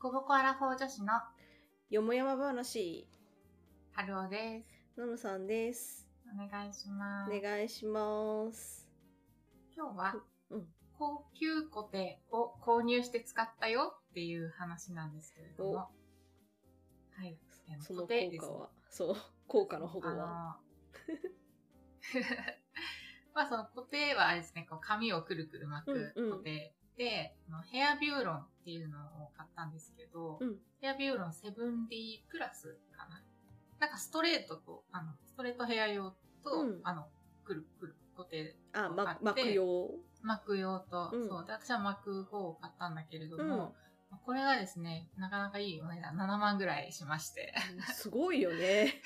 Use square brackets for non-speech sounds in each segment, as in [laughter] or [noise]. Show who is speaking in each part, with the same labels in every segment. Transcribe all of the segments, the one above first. Speaker 1: コボコアラフォー女子の
Speaker 2: よもやま話、
Speaker 1: 春尾です。
Speaker 2: ののさんです。
Speaker 1: お願いしま
Speaker 2: お
Speaker 1: す。
Speaker 2: 願いします。
Speaker 1: 今日は、
Speaker 2: うん
Speaker 1: 高級コテを購入して使ったよっていう話なんですけれども。はい。あ
Speaker 2: その
Speaker 1: コ
Speaker 2: 効
Speaker 1: テです
Speaker 2: 果は、そう、効果のほど
Speaker 1: あの
Speaker 2: は。
Speaker 1: [laughs] まあその固定はあれですね、こう紙をくるくる巻く
Speaker 2: うんうん
Speaker 1: 固定で、あのヘアビューロンっていうのを買ったんですけど、
Speaker 2: うん
Speaker 1: ヘアビューロン 7D プラスかな。なんかストレートと、あの、ストレートヘア用と、
Speaker 2: うん
Speaker 1: あの、くるくる固定
Speaker 2: あ、
Speaker 1: あっ
Speaker 2: ま
Speaker 1: て、
Speaker 2: 巻くよ。
Speaker 1: 巻く用と、
Speaker 2: うん
Speaker 1: そう、で私は巻く方を買ったんだけれど
Speaker 2: うん
Speaker 1: も、まあこれがですね、なかなかいいお値段、7万ぐらいしまして。
Speaker 2: [laughs] すごいよ [laughs] ね。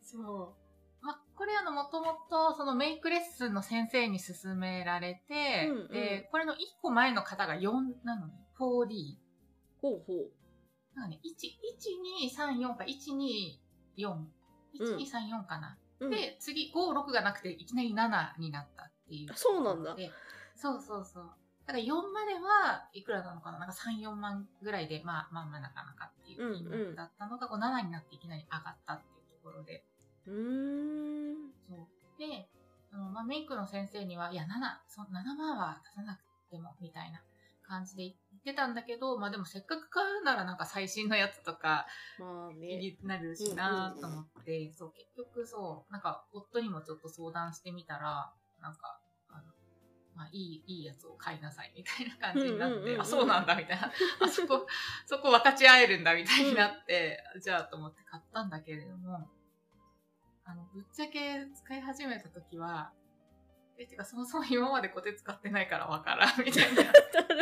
Speaker 1: そう。まあ、これあの、もともと、そのメイクレッスンの先生に勧められて、
Speaker 2: うんうん
Speaker 1: で、これの1個前の方が4なのね、4D。
Speaker 2: ほうほう。
Speaker 1: なんかね、1、1、2、3、4か、1、2、4。1、2、3、4かな。
Speaker 2: うん、
Speaker 1: で、次、5、6がなくて、いきなり7になったっていう。
Speaker 2: あそうなんだ
Speaker 1: で。そうそうそう。だから4まではいくらなのかななんか3、4万ぐらいで、まあまあまあなかなかっていう金
Speaker 2: うんう
Speaker 1: 額
Speaker 2: ん
Speaker 1: だったのが、こう7になっていきなり上がったっていうところで。
Speaker 2: うーん。
Speaker 1: そう。で、あの、まあ、メイクの先生には、いや、7、そ7万は出さなくても、みたいな感じで言ってたんだけど、まあ、でもせっかく買うならなんか最新のやつとか
Speaker 2: まあね。
Speaker 1: になるしなと思って、そう、結局そう、なんか夫にもちょっと相談してみたら、なんか、あの、まあ、いい、いいやつを買いなさい、みたいな感じになって、
Speaker 2: うんうんうんうん
Speaker 1: あ、そうなんだ、みたいな。あそこ、そこ分かち合えるんだ、みたいになって、じゃあと思って買ったんだけれども、あの、ぶっちゃけ使い始めた時は、え、てか、そもそも今までコテ使ってないからわからん、みたいな。
Speaker 2: なるほど。使って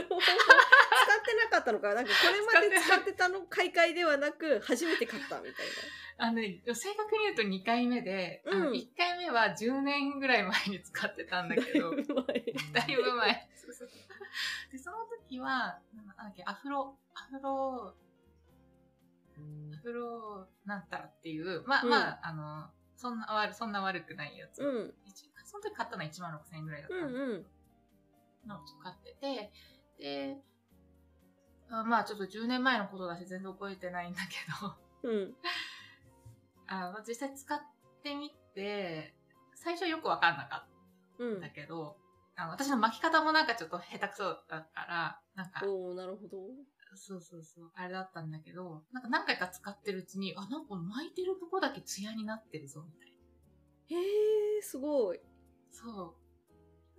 Speaker 2: なかったのか。なんかこれまで使ってたの買い替えではなく、初めて買ったみたい [laughs]
Speaker 1: あのね、正確に言うと2回目で、あ
Speaker 2: う
Speaker 1: の
Speaker 2: ん
Speaker 1: 1回目は10年ぐらい前に使ってたんだけ
Speaker 2: [laughs]
Speaker 1: ど、
Speaker 2: な。うまい。
Speaker 1: だいぶ前。そうそうで、その時は、なんだっけ、アフロ、アフロ、アフロなんたらっていう、まあ、
Speaker 2: うん
Speaker 1: まあ、あの、そんな悪、そんな悪くないやつ。
Speaker 2: うん。
Speaker 1: 一その時買ったのは1万6000円ぐらいだった
Speaker 2: う
Speaker 1: だ
Speaker 2: ん
Speaker 1: けど
Speaker 2: んうん。
Speaker 1: のを買ってて、で、あまあちょっと10年前のことだし全然覚えてないんだけど、
Speaker 2: うん。
Speaker 1: あまあ実際使ってみて、最初よくわかんなか
Speaker 2: う
Speaker 1: ったんだ
Speaker 2: ん。
Speaker 1: けど、あの私の巻き方もなんかちょっと下手くそだったから、なんか、
Speaker 2: おおなるほど。
Speaker 1: そうそうそう、あれだったんだけど、なんか何回か使ってるうちに、あ、なんか巻いてるとこだけツヤになってるぞ、みたいな。
Speaker 2: へえ、すごい。
Speaker 1: そ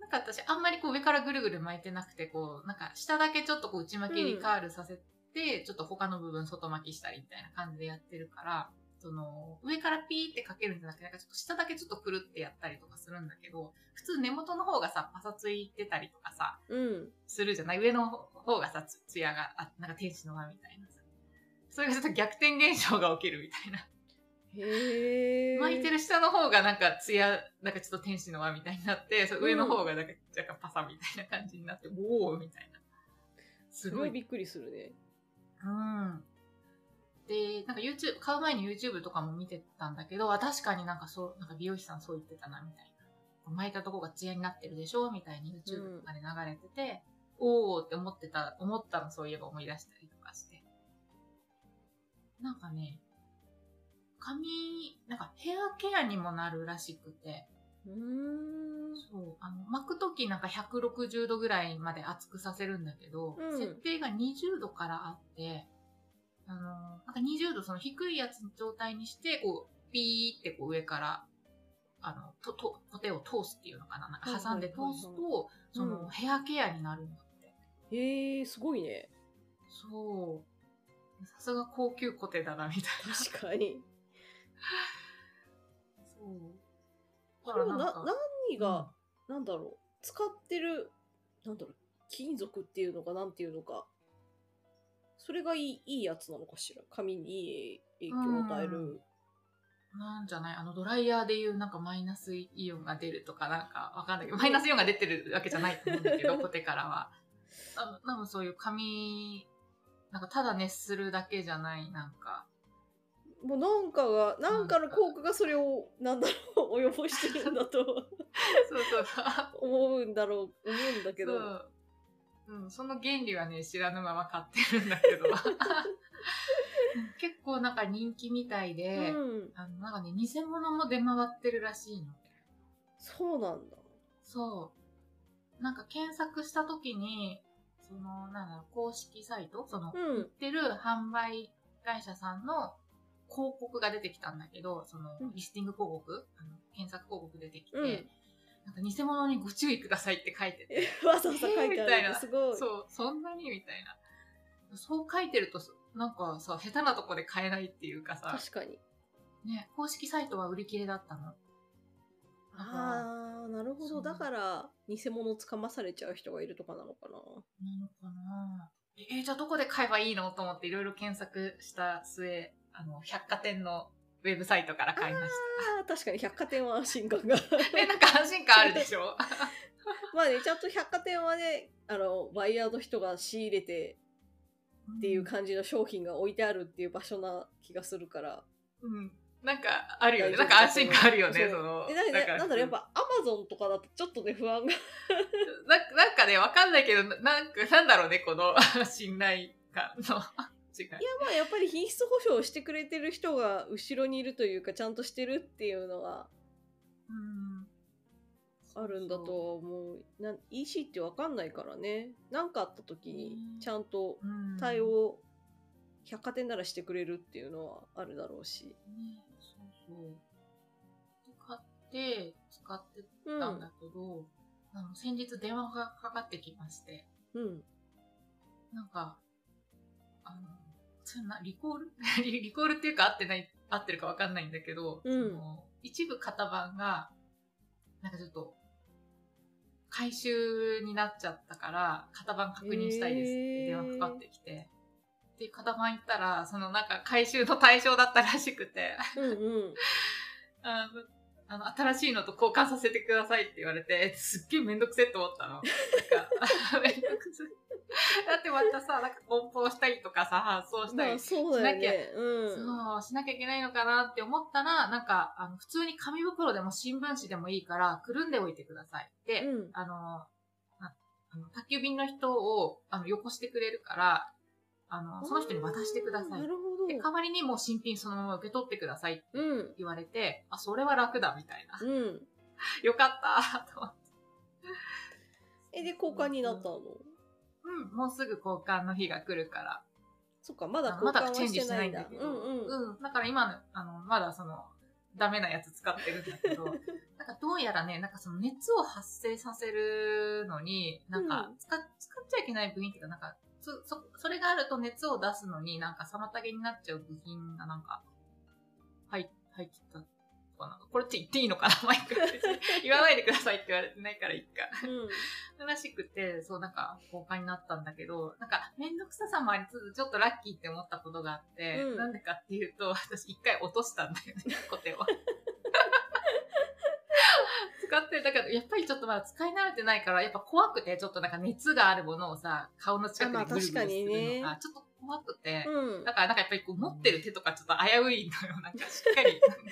Speaker 1: う。なんか私、あんまりこう上からぐるぐる巻いてなくて、こう、なんか下だけちょっとこう内巻きにカールさせて、ちょっと他の部分外巻きしたりみたいな感じでやってるから、その、上からピーってかけるんじゃなくて、なんかちょっと下だけちょっとくるってやったりとかするんだけど、普通根元の方がさ、パサついてたりとかさ、
Speaker 2: うん。
Speaker 1: するじゃない上の方がさ、つツヤが、あ、なんか天使の輪みたいなさ。それがちょっと逆転現象が起きるみたいな。
Speaker 2: へえ。
Speaker 1: 巻いてる下の方がなんかツヤ、なんかちょっと天使の輪みたいになって、そう上の方がなんか若干パサみたいな感じになって、おおみたいな。す
Speaker 2: す
Speaker 1: ご
Speaker 2: ご
Speaker 1: い。
Speaker 2: いうびっくりするね。
Speaker 1: ん。で、なんか YouTube、買う前に YouTube とかも見てたんだけど、あ、確かになんかそう、なんか美容師さんそう言ってたな、みたいな。巻いたとこがツヤになってるでしょみたいに YouTube とかで流れてて、おーって思ってた、思ったのそういえば思い出したりとかして。なんかね、髪、なんかヘアケアにもなるらしくて、
Speaker 2: うーん。
Speaker 1: そう、あの、巻くときなんか160度ぐらいまで熱くさせるんだけど、
Speaker 2: うん
Speaker 1: 設定が20度からあって、あの、なんか20度その低いやつの状態にして、こう、ピーってこう上から、あの、と、と、コテを通すっていうのかな、なんか挟んで通す
Speaker 2: はいはい
Speaker 1: と、その、
Speaker 2: うん
Speaker 1: ヘアケアになるんだって。
Speaker 2: へえ、すごいね。
Speaker 1: そう。さすが高級コテだな、みたいな。
Speaker 2: 確かに。
Speaker 1: そう。
Speaker 2: これはな何
Speaker 1: うん
Speaker 2: が、なんだろう、使ってる、なんだろう、金属っていうのか、なんていうのか、それがいいいいやつなのかしら。髪にいい影響を与える。
Speaker 1: なんじゃないあの、ドライヤーでいうなんかマイナスイオンが出るとかなんかわかんないけど、マイナスイオンが出てるわけじゃないと思うんだけ [laughs] ど、コテからは。多分多分そういう髪、なんかただ熱するだけじゃない、なんか。
Speaker 2: もうなんかが、なんかの効果がそれを、なんだろう、及ぼ [laughs] してるんだ
Speaker 1: そう
Speaker 2: と
Speaker 1: そうそう。
Speaker 2: 思うんだろう、思うんだけど。
Speaker 1: そううん、その原理はね、知らぬまま買ってるんだけ [laughs] ど。結構なんか人気みたいで、
Speaker 2: うん、
Speaker 1: あの、なんかね、偽物も出回ってるらしいの。
Speaker 2: そうなんだ。
Speaker 1: そう。なんか検索した時に、その、なんだろう公式サイトその、売
Speaker 2: うん
Speaker 1: ってる販売会社さんの広告が出てきたんだけど、その
Speaker 2: う、ん
Speaker 1: リスティング広告、あの検索広告出てきて、
Speaker 2: うん
Speaker 1: なんか偽物にご注意くださいって書いてて、
Speaker 2: わざわざ書いてあ
Speaker 1: えーみたい
Speaker 2: るの
Speaker 1: な
Speaker 2: すごい。
Speaker 1: そう、そんなにみたいな。そう書いてると、なんかさ、下手なとこで買えないっていうかさ、
Speaker 2: 確かに。
Speaker 1: ね、公式サイトは売り切れだったの。だから
Speaker 2: ああ、なるほ
Speaker 1: そ
Speaker 2: ど。
Speaker 1: う
Speaker 2: だから、偽物つかまされちゃう人がいるとかなの [laughs] かな。
Speaker 1: なのかなえーじゃあどこで買えばいいのと思っていろいろ検索した末、あの、百貨店のウェブサイトから買いまし
Speaker 2: ああ、確かに百貨店は安心感が。
Speaker 1: た。え、なんか安心感あるでしょ
Speaker 2: [laughs] まあね、ちゃんと百貨店はね、あの、バイヤーの人が仕入れて [laughs] っていう感じの商品が置いてあるっていう場所な気がするから。
Speaker 1: うん。なんかあるよね。なん
Speaker 2: 大丈夫
Speaker 1: か安心感あるよね。
Speaker 2: そ
Speaker 1: そうの。
Speaker 2: えなん
Speaker 1: なん
Speaker 2: か
Speaker 1: か
Speaker 2: ねなんだろう、やっぱアマゾンとかだとちょっとね、不安が。
Speaker 1: ななんかね、わかんないけど、ななんか、なんだろうね、この信頼感の違い。
Speaker 2: いやまあやっぱり品質保証をしてくれてる人が後ろにいるというかちゃんとしてるっていうのは
Speaker 1: うん。
Speaker 2: あるんだとは思うなん EC って分かんないからね何かあった時に
Speaker 1: うん
Speaker 2: ちゃんと
Speaker 1: うん。
Speaker 2: 対応百貨店ならしてくれるっていうのはあるだろうし、
Speaker 1: ね。そうそう。買って、使って
Speaker 2: う
Speaker 1: ったん
Speaker 2: ん
Speaker 1: だけど、あの先日電話がかかってきまして、
Speaker 2: うん、
Speaker 1: なんか、あの、そんな、リコール [laughs] リリコールっていうか合ってない、合ってるかわかんないんだけど、
Speaker 2: うん
Speaker 1: その一部型番が、なんかちょっと、回収になっちゃったから、型番確認したいですって電話かかってきて、で、型番行ったら、そのなんか回収の対象だったらしくて、
Speaker 2: う
Speaker 1: [laughs]
Speaker 2: んうん
Speaker 1: あの、あの新しいのと交換させてくださいって言われて、えすっげえめんどくせえと思ったの。なんか、 [laughs] めんどくせえ。だってまたさ、なんか梱包したりとかさ、発送した
Speaker 2: ま
Speaker 1: り、
Speaker 2: あそうだよねうん
Speaker 1: そう、しなきゃいけないのかなって思ったら、なんか、あの普通に紙袋でも新聞紙でもいいから、くるんでおいてくださいって、
Speaker 2: うん
Speaker 1: あの、ああの宅急便の人を、あの、よこしてくれるから、あの、その人に渡してくださ
Speaker 2: あー
Speaker 1: い
Speaker 2: な。る
Speaker 1: で、
Speaker 2: ほ
Speaker 1: 代わりにもう新品そのまま受け取ってくださいって
Speaker 2: どうん
Speaker 1: 言われて、あ、それは楽だみたいな。 [laughs]
Speaker 2: うん
Speaker 1: よかったと思って。
Speaker 2: えで交換になったの、
Speaker 1: うん、もうすぐ交換の日が来るから。
Speaker 2: そっかまだ
Speaker 1: あの
Speaker 2: 交
Speaker 1: ま
Speaker 2: 換
Speaker 1: だ
Speaker 2: は
Speaker 1: チェンジ
Speaker 2: して
Speaker 1: し
Speaker 2: な
Speaker 1: ないい
Speaker 2: ん
Speaker 1: ん
Speaker 2: だ
Speaker 1: だけど。
Speaker 2: うんうん
Speaker 1: うん、だから今の、あの、まだその、ダメなやつ使ってるんだ
Speaker 2: [laughs]
Speaker 1: けど、なんかどうやらね、なんかその熱を発生させるのに、なんか
Speaker 2: うん
Speaker 1: 使っ使っちゃいけない部品っていうか、なんか、そ、そ、それがあると熱を出すのになんか妨げになっちゃう部品がなんか、はい、入ってたのかな。これって言っていいのかなマイ
Speaker 2: [laughs]
Speaker 1: ク。言わないでくださいって言われてないからいいか。
Speaker 2: うん
Speaker 1: らしくて、そう、なんか、交換になったんだけど、なんか、めんどくささもありつつ、ちょっとラッキーって思ったことがあって、
Speaker 2: うん
Speaker 1: なんでかっていうと、私一回落としたんだ
Speaker 2: [laughs]
Speaker 1: よね、コテを。使って、だから、やっぱりちょっとまだ使い慣れてないから、やっぱ怖くて、ちょっとなんか熱があるものをさ、顔の近くでぐるぐるする
Speaker 2: あまあ確かにね
Speaker 1: のが、ちょっと怖くて、
Speaker 2: うん
Speaker 1: だからなんかやっぱりこう持ってる手とかちょっと危ういのよ、なんかしっかり。なんか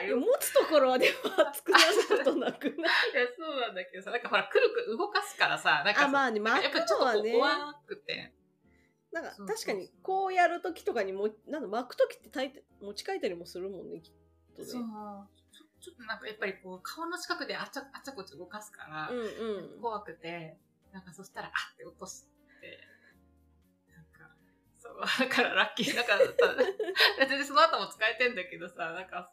Speaker 1: 危
Speaker 2: え
Speaker 1: うい
Speaker 2: 持つところはでも [laughs] 熱くなることな
Speaker 1: [laughs]
Speaker 2: くない
Speaker 1: いや、そうなんだけどさ、なんかほら、くるくる動かすからさ、なんか
Speaker 2: あ
Speaker 1: さ
Speaker 2: まあね巻
Speaker 1: やっぱり
Speaker 2: く
Speaker 1: ちょっ
Speaker 2: の
Speaker 1: と
Speaker 2: は
Speaker 1: こ
Speaker 2: ね
Speaker 1: う怖くて。
Speaker 2: なんか
Speaker 1: そうそうそう
Speaker 2: 確かにこうやる時とかにもなんだ巻く時って大抵持ち替えたりもするもんねきっとね
Speaker 1: そう。ちょちょっとなんかやっぱりこう、顔の近くであちゃあちゃこちゃ動かすから、
Speaker 2: うんうん
Speaker 1: 怖くて、なんかそしたら、あって落として、なんか、そう、だ [laughs] からラッキー。なんか、
Speaker 2: [laughs]
Speaker 1: 全然その後も使えてんだけどさ、なんか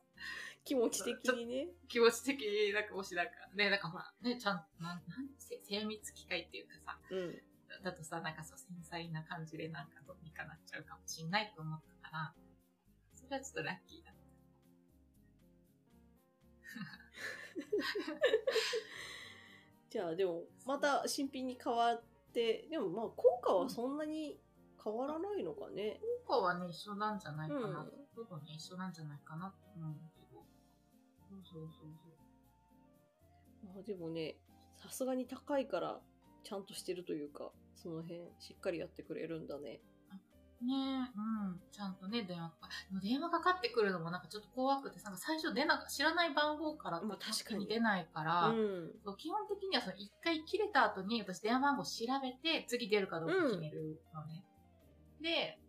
Speaker 2: 気持ち的にね
Speaker 1: 気持ち的になんかもしなんか、ね、なんかほら、ね、ちゃんと、なん、なんせ精密機械っていうかさ、
Speaker 2: うん
Speaker 1: だとさ、なんかそう繊細な感じでなんかどうにかなっちゃうかもしんないと思ったから、それはちょっとラッキーだった。
Speaker 2: じゃあでもまた新品に変わってでもまあ効果はそんなに変わらないのかね
Speaker 1: 効果はね、一緒なんじゃないか
Speaker 2: うん
Speaker 1: な。ほぼね、一緒なんじゃないかなと思うんだけど。そうそうそうそう。
Speaker 2: まあでもねさすがに高いからちゃんとしてるというかその辺しっかりやってくれるんだね
Speaker 1: ねうん。ちゃんとね、電話かかでも電話かかってくるのもなんかちょっと怖くて、なんか最初出なか、知らない番号から
Speaker 2: まあ確かに
Speaker 1: 出ないから、
Speaker 2: うん
Speaker 1: そう基本的にはその一回切れた後に私電話番号調べて次出るかどうか決めるのね。で、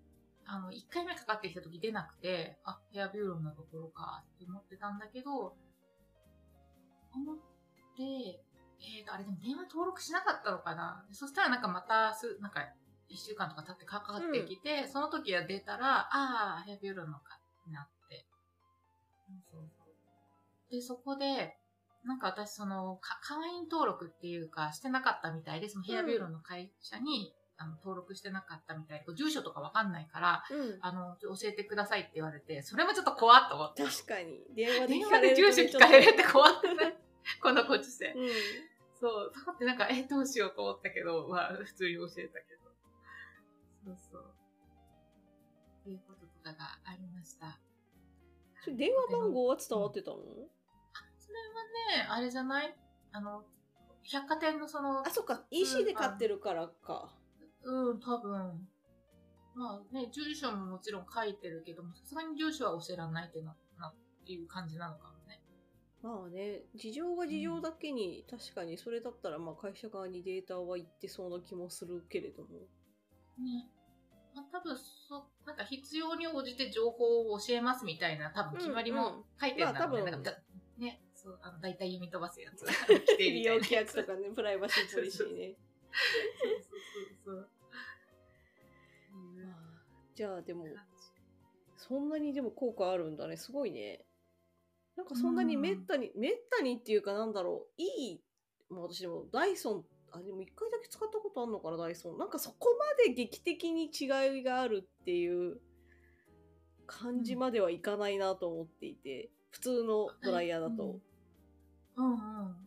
Speaker 1: あの、一回目かかってきた時出なくて、あ、ヘアビューロンのところかって思ってたんだけど、思って、えーと、あれでも電話登録しなかったのかなそしたらなんかまたす、なんか一週間とか経ってかかってきて、その時は出たら、あー、ヘアビューロンのかになって。そうそうで、そこで、なんか私、その、か会員登録っていうか、してなかったみたいで、そのヘアビューロンの会社に、あの登録してなかったみたいで、こう住所とかわかんないから、
Speaker 2: うん
Speaker 1: あの、ちょ教えてくださいって言われて、それもちょっと怖っと思って。
Speaker 2: 確かに電話で
Speaker 1: 電
Speaker 2: 聞
Speaker 1: 話
Speaker 2: かれ
Speaker 1: で
Speaker 2: る
Speaker 1: 住所聞かれるって怖くないいこのご時世。
Speaker 2: うん
Speaker 1: そう、と思ってなんか、え、どうしようと思ったけど、まあ、普通に教えたけど。そうそう。っていうこととかがありました。
Speaker 2: それ電話番号は伝わってたの、
Speaker 1: それはね、あれじゃないあの、百貨店のその
Speaker 2: あ、そっか EC で買ってるからか
Speaker 1: うん、多分。まあね、住所ももちろん書いてるけども、さすがに住所は教えらんないってな、なっていう感じなのかもね。
Speaker 2: まあね事情が事情だけに、確かにそれだったらまあ会社側にデータは言ってそうな気もするけれども
Speaker 1: ね。まあ多分、そ、なんか必要に応じて情報を教えますみたいな、多分決まり
Speaker 2: うんうん
Speaker 1: も書いてるんだろうね。
Speaker 2: まあ多分
Speaker 1: なんかだね、そう、あの、大体読み飛ばすやつ。規定
Speaker 2: [laughs] 利
Speaker 1: みたい
Speaker 2: 用
Speaker 1: な
Speaker 2: 規約とかねプライバシーポリシーね
Speaker 1: そうそうそうそう。うん
Speaker 2: まあじゃあでもそんなにでも効果あるんだねすごいねなんかそんなにめったに、めったにっていうかなんだろういいもう私でもダイソンあでも1回だけ使ったことあるのかなダイソンなんかそこまで劇的に違いがあるっていう感じまではいかないなと思っていて、普通のドライヤーだと、
Speaker 1: うんうん。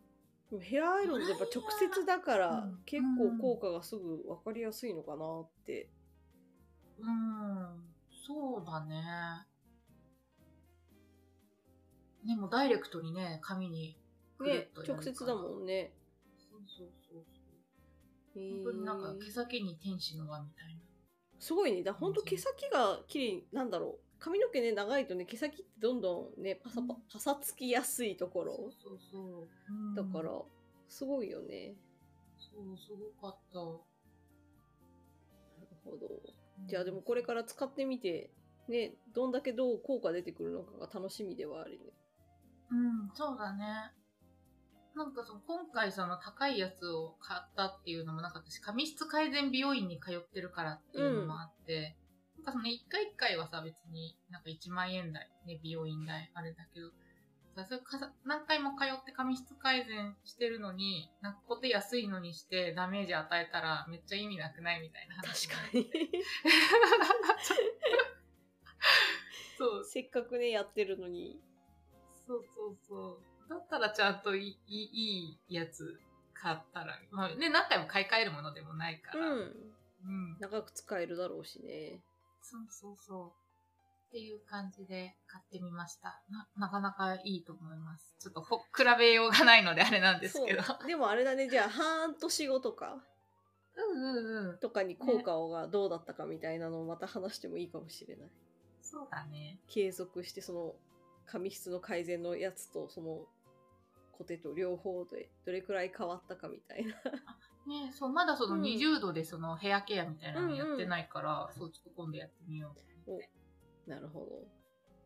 Speaker 2: でもヘアアイロンってやっぱ直接だから
Speaker 1: うん
Speaker 2: 結構効果がすぐ分かりやすいのかなって、
Speaker 1: うん、そうだね。ね、もうダイレクトにね、紙に。くる
Speaker 2: ね
Speaker 1: っとやる
Speaker 2: 直接だもんね
Speaker 1: そうそうそうそう。
Speaker 2: 本
Speaker 1: 本当になんか毛先に天使の輪みたい
Speaker 2: すごいねだ本当毛先が綺麗になんだろう髪の毛ね長いとね毛先ってどんどんねパサパ,、
Speaker 1: うん
Speaker 2: パサつきやすいとこ
Speaker 1: な。
Speaker 2: ろ
Speaker 1: そうそうそう。うん
Speaker 2: だから、すごいよね
Speaker 1: そう、すごかった。
Speaker 2: なるほどじゃあでもこれから使ってみてねどんだけどう効果出てくるのかが楽しみではあるね
Speaker 1: うん、そうだね。なんかその今回その高いやつを買ったっていうのもなんか私髪質改善美容院に通ってるからっていうのもあって、なんかその一回一回はさ別になんか1万円台、ね、美容院代あれだけど、さそれかさ何回も通って髪質改善してるのに、なんかこて安いのにしてダメージ与えたらめっちゃ意味なくないみたいな話。
Speaker 2: 確かに
Speaker 1: [laughs] そう、
Speaker 2: せっかくねやってるのに
Speaker 1: そうそうそう。だったらちゃんといい、いいいいやつ買ったら、まあね、何回も買い替えるものでもないか
Speaker 2: う
Speaker 1: ら。うん。
Speaker 2: ん長く使えるだろうしね
Speaker 1: そうそうそう。っていう感じで買ってみました。な、なかなかいいと思います。ちょっとほ、比べようがないのであれなんですけど。
Speaker 2: そうでもあれだねじゃあ半年後とか
Speaker 1: うんうんうん。
Speaker 2: とかに効果がどうだったかみたいなのをまた話してもいいかもしれない
Speaker 1: そうだね。
Speaker 2: 継続してその髪質の改善のやつとそのコテと両方でどれくらい変わったかみたいな
Speaker 1: ねそう、まだそ
Speaker 2: うん
Speaker 1: の20度でそのヘアケアみたいなのやってないから、そう、ちょっと今度やってみよう。
Speaker 2: なるほど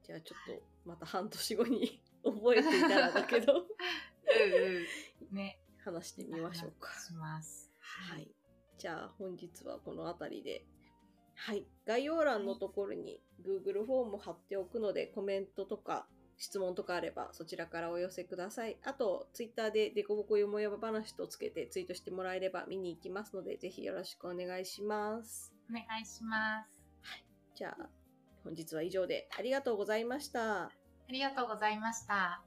Speaker 2: じゃあちょっとまた半年後に [laughs] 覚えていたらだけど
Speaker 1: うんうん。ね。
Speaker 2: 話してみましょうか
Speaker 1: します。
Speaker 2: はいじゃあ本日はこの辺りではい概要欄のところに Google フォーム貼っておくのでコメントとか質問とかあればそちらからお寄せください。あと、ツイッターでデコボコよもやま話とつけてツイートしてもらえれば見に行きますので、ぜひよろしくお願いします。
Speaker 1: お願いします。
Speaker 2: じゃあ、本日は以上でありがとうございました。
Speaker 1: ありがとうございました。